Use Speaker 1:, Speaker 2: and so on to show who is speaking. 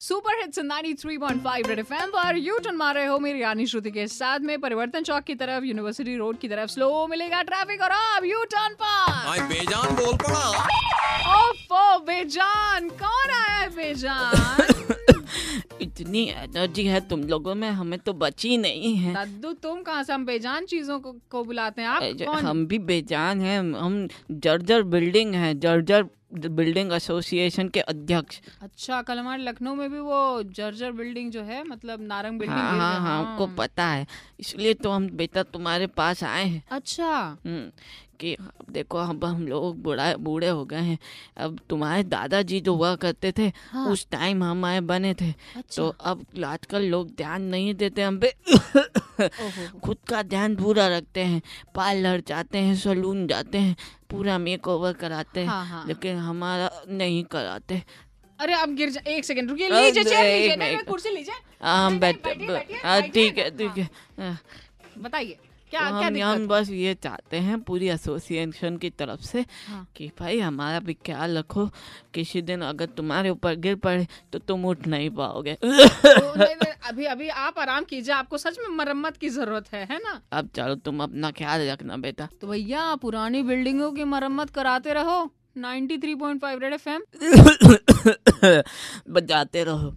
Speaker 1: Super hits 93.5 red FM पर U turn मार रहे हो मेरी रानी श्रुति के साथ में परिवर्तन चौक की तरफ यूनिवर्सिटी रोड की तरफ स्लो मिलेगा ट्रैफिक और अब यू टर्न पर
Speaker 2: आई बेजान बोल पड़ा
Speaker 1: ओफो बेजान कौन आया है बेजान
Speaker 3: इतनी एनर्जी है तुम लोगों में हमें तो बची नहीं है
Speaker 1: दद्दू तुम कहाँ से हम बेजान चीजों को, को बुलाते हैं आप
Speaker 3: अरे,
Speaker 1: कौन
Speaker 3: हम भी बेजान हैं हम जर्जर बिल्डिंग है जर्जर बिल्डिंग एसोसिएशन के अध्यक्ष
Speaker 1: अच्छा कल हमारे लखनऊ में भी वो जर्जर बिल्डिंग जो है मतलब नारंग बिल्डिंग
Speaker 3: हाँ
Speaker 1: गिर
Speaker 3: हाँ
Speaker 1: गया।
Speaker 3: हाँ हमको पता है इसलिए तो हम बेटा तुम्हारे पास आए हैं
Speaker 1: अच्छा
Speaker 3: हम्म, कि अब देखो अब हम लोग बुढ़ा बूढ़े हो गए हैं अब तुम्हारे दादाजी जो हुआ करते थे
Speaker 1: हाँ।
Speaker 3: उस टाइम हमारे बने थे
Speaker 1: अच्छा
Speaker 3: तो अब आजकल लोग ध्यान नहीं देते हम पे
Speaker 1: ओहो,
Speaker 3: खुद का ध्यान पूरा रखते हैं पार्लर जाते हैं सलून जाते हैं पूरा मेक ओवर कराते हैं
Speaker 1: हाँ, हाँ।
Speaker 3: लेकिन हमारा नहीं कराते
Speaker 1: अरे आप गिर जा एक सेकंड रुकिए
Speaker 3: अरे,
Speaker 1: लीजिए चेयर
Speaker 3: एक
Speaker 1: लीजिए नहीं,
Speaker 3: मिनट।
Speaker 1: नहीं, कुर्सी लीजिए
Speaker 3: हाँ, हम
Speaker 1: नहीं,
Speaker 3: बैठे
Speaker 1: बैठिए, बैठिए,
Speaker 3: हाँ,
Speaker 1: बैठिए
Speaker 3: ठीक है
Speaker 1: ना,
Speaker 3: ठीक है हाँ।
Speaker 1: बताइए
Speaker 3: तो
Speaker 1: क्या क्या
Speaker 3: हम हम
Speaker 1: दिक्कत
Speaker 3: बस ये चाहते हैं पूरी एसोसिएशन की तरफ से
Speaker 1: हाँ।
Speaker 3: कि भाई हमारा भी ख्याल रखो किसी दिन अगर तुम्हारे ऊपर गिर पड़े तो तुम उठ नहीं पाओगे
Speaker 1: तो नहीं, नहीं, अभी अभी आप आराम कीजिए आपको सच में मरम्मत की जरूरत है है ना
Speaker 3: अब चलो तुम अपना ख्याल रखना बेटा
Speaker 1: तो भैया पुरानी बिल्डिंगों की मरम्मत कराते रहो 93.5 रेड एफएम
Speaker 3: बजाते रहो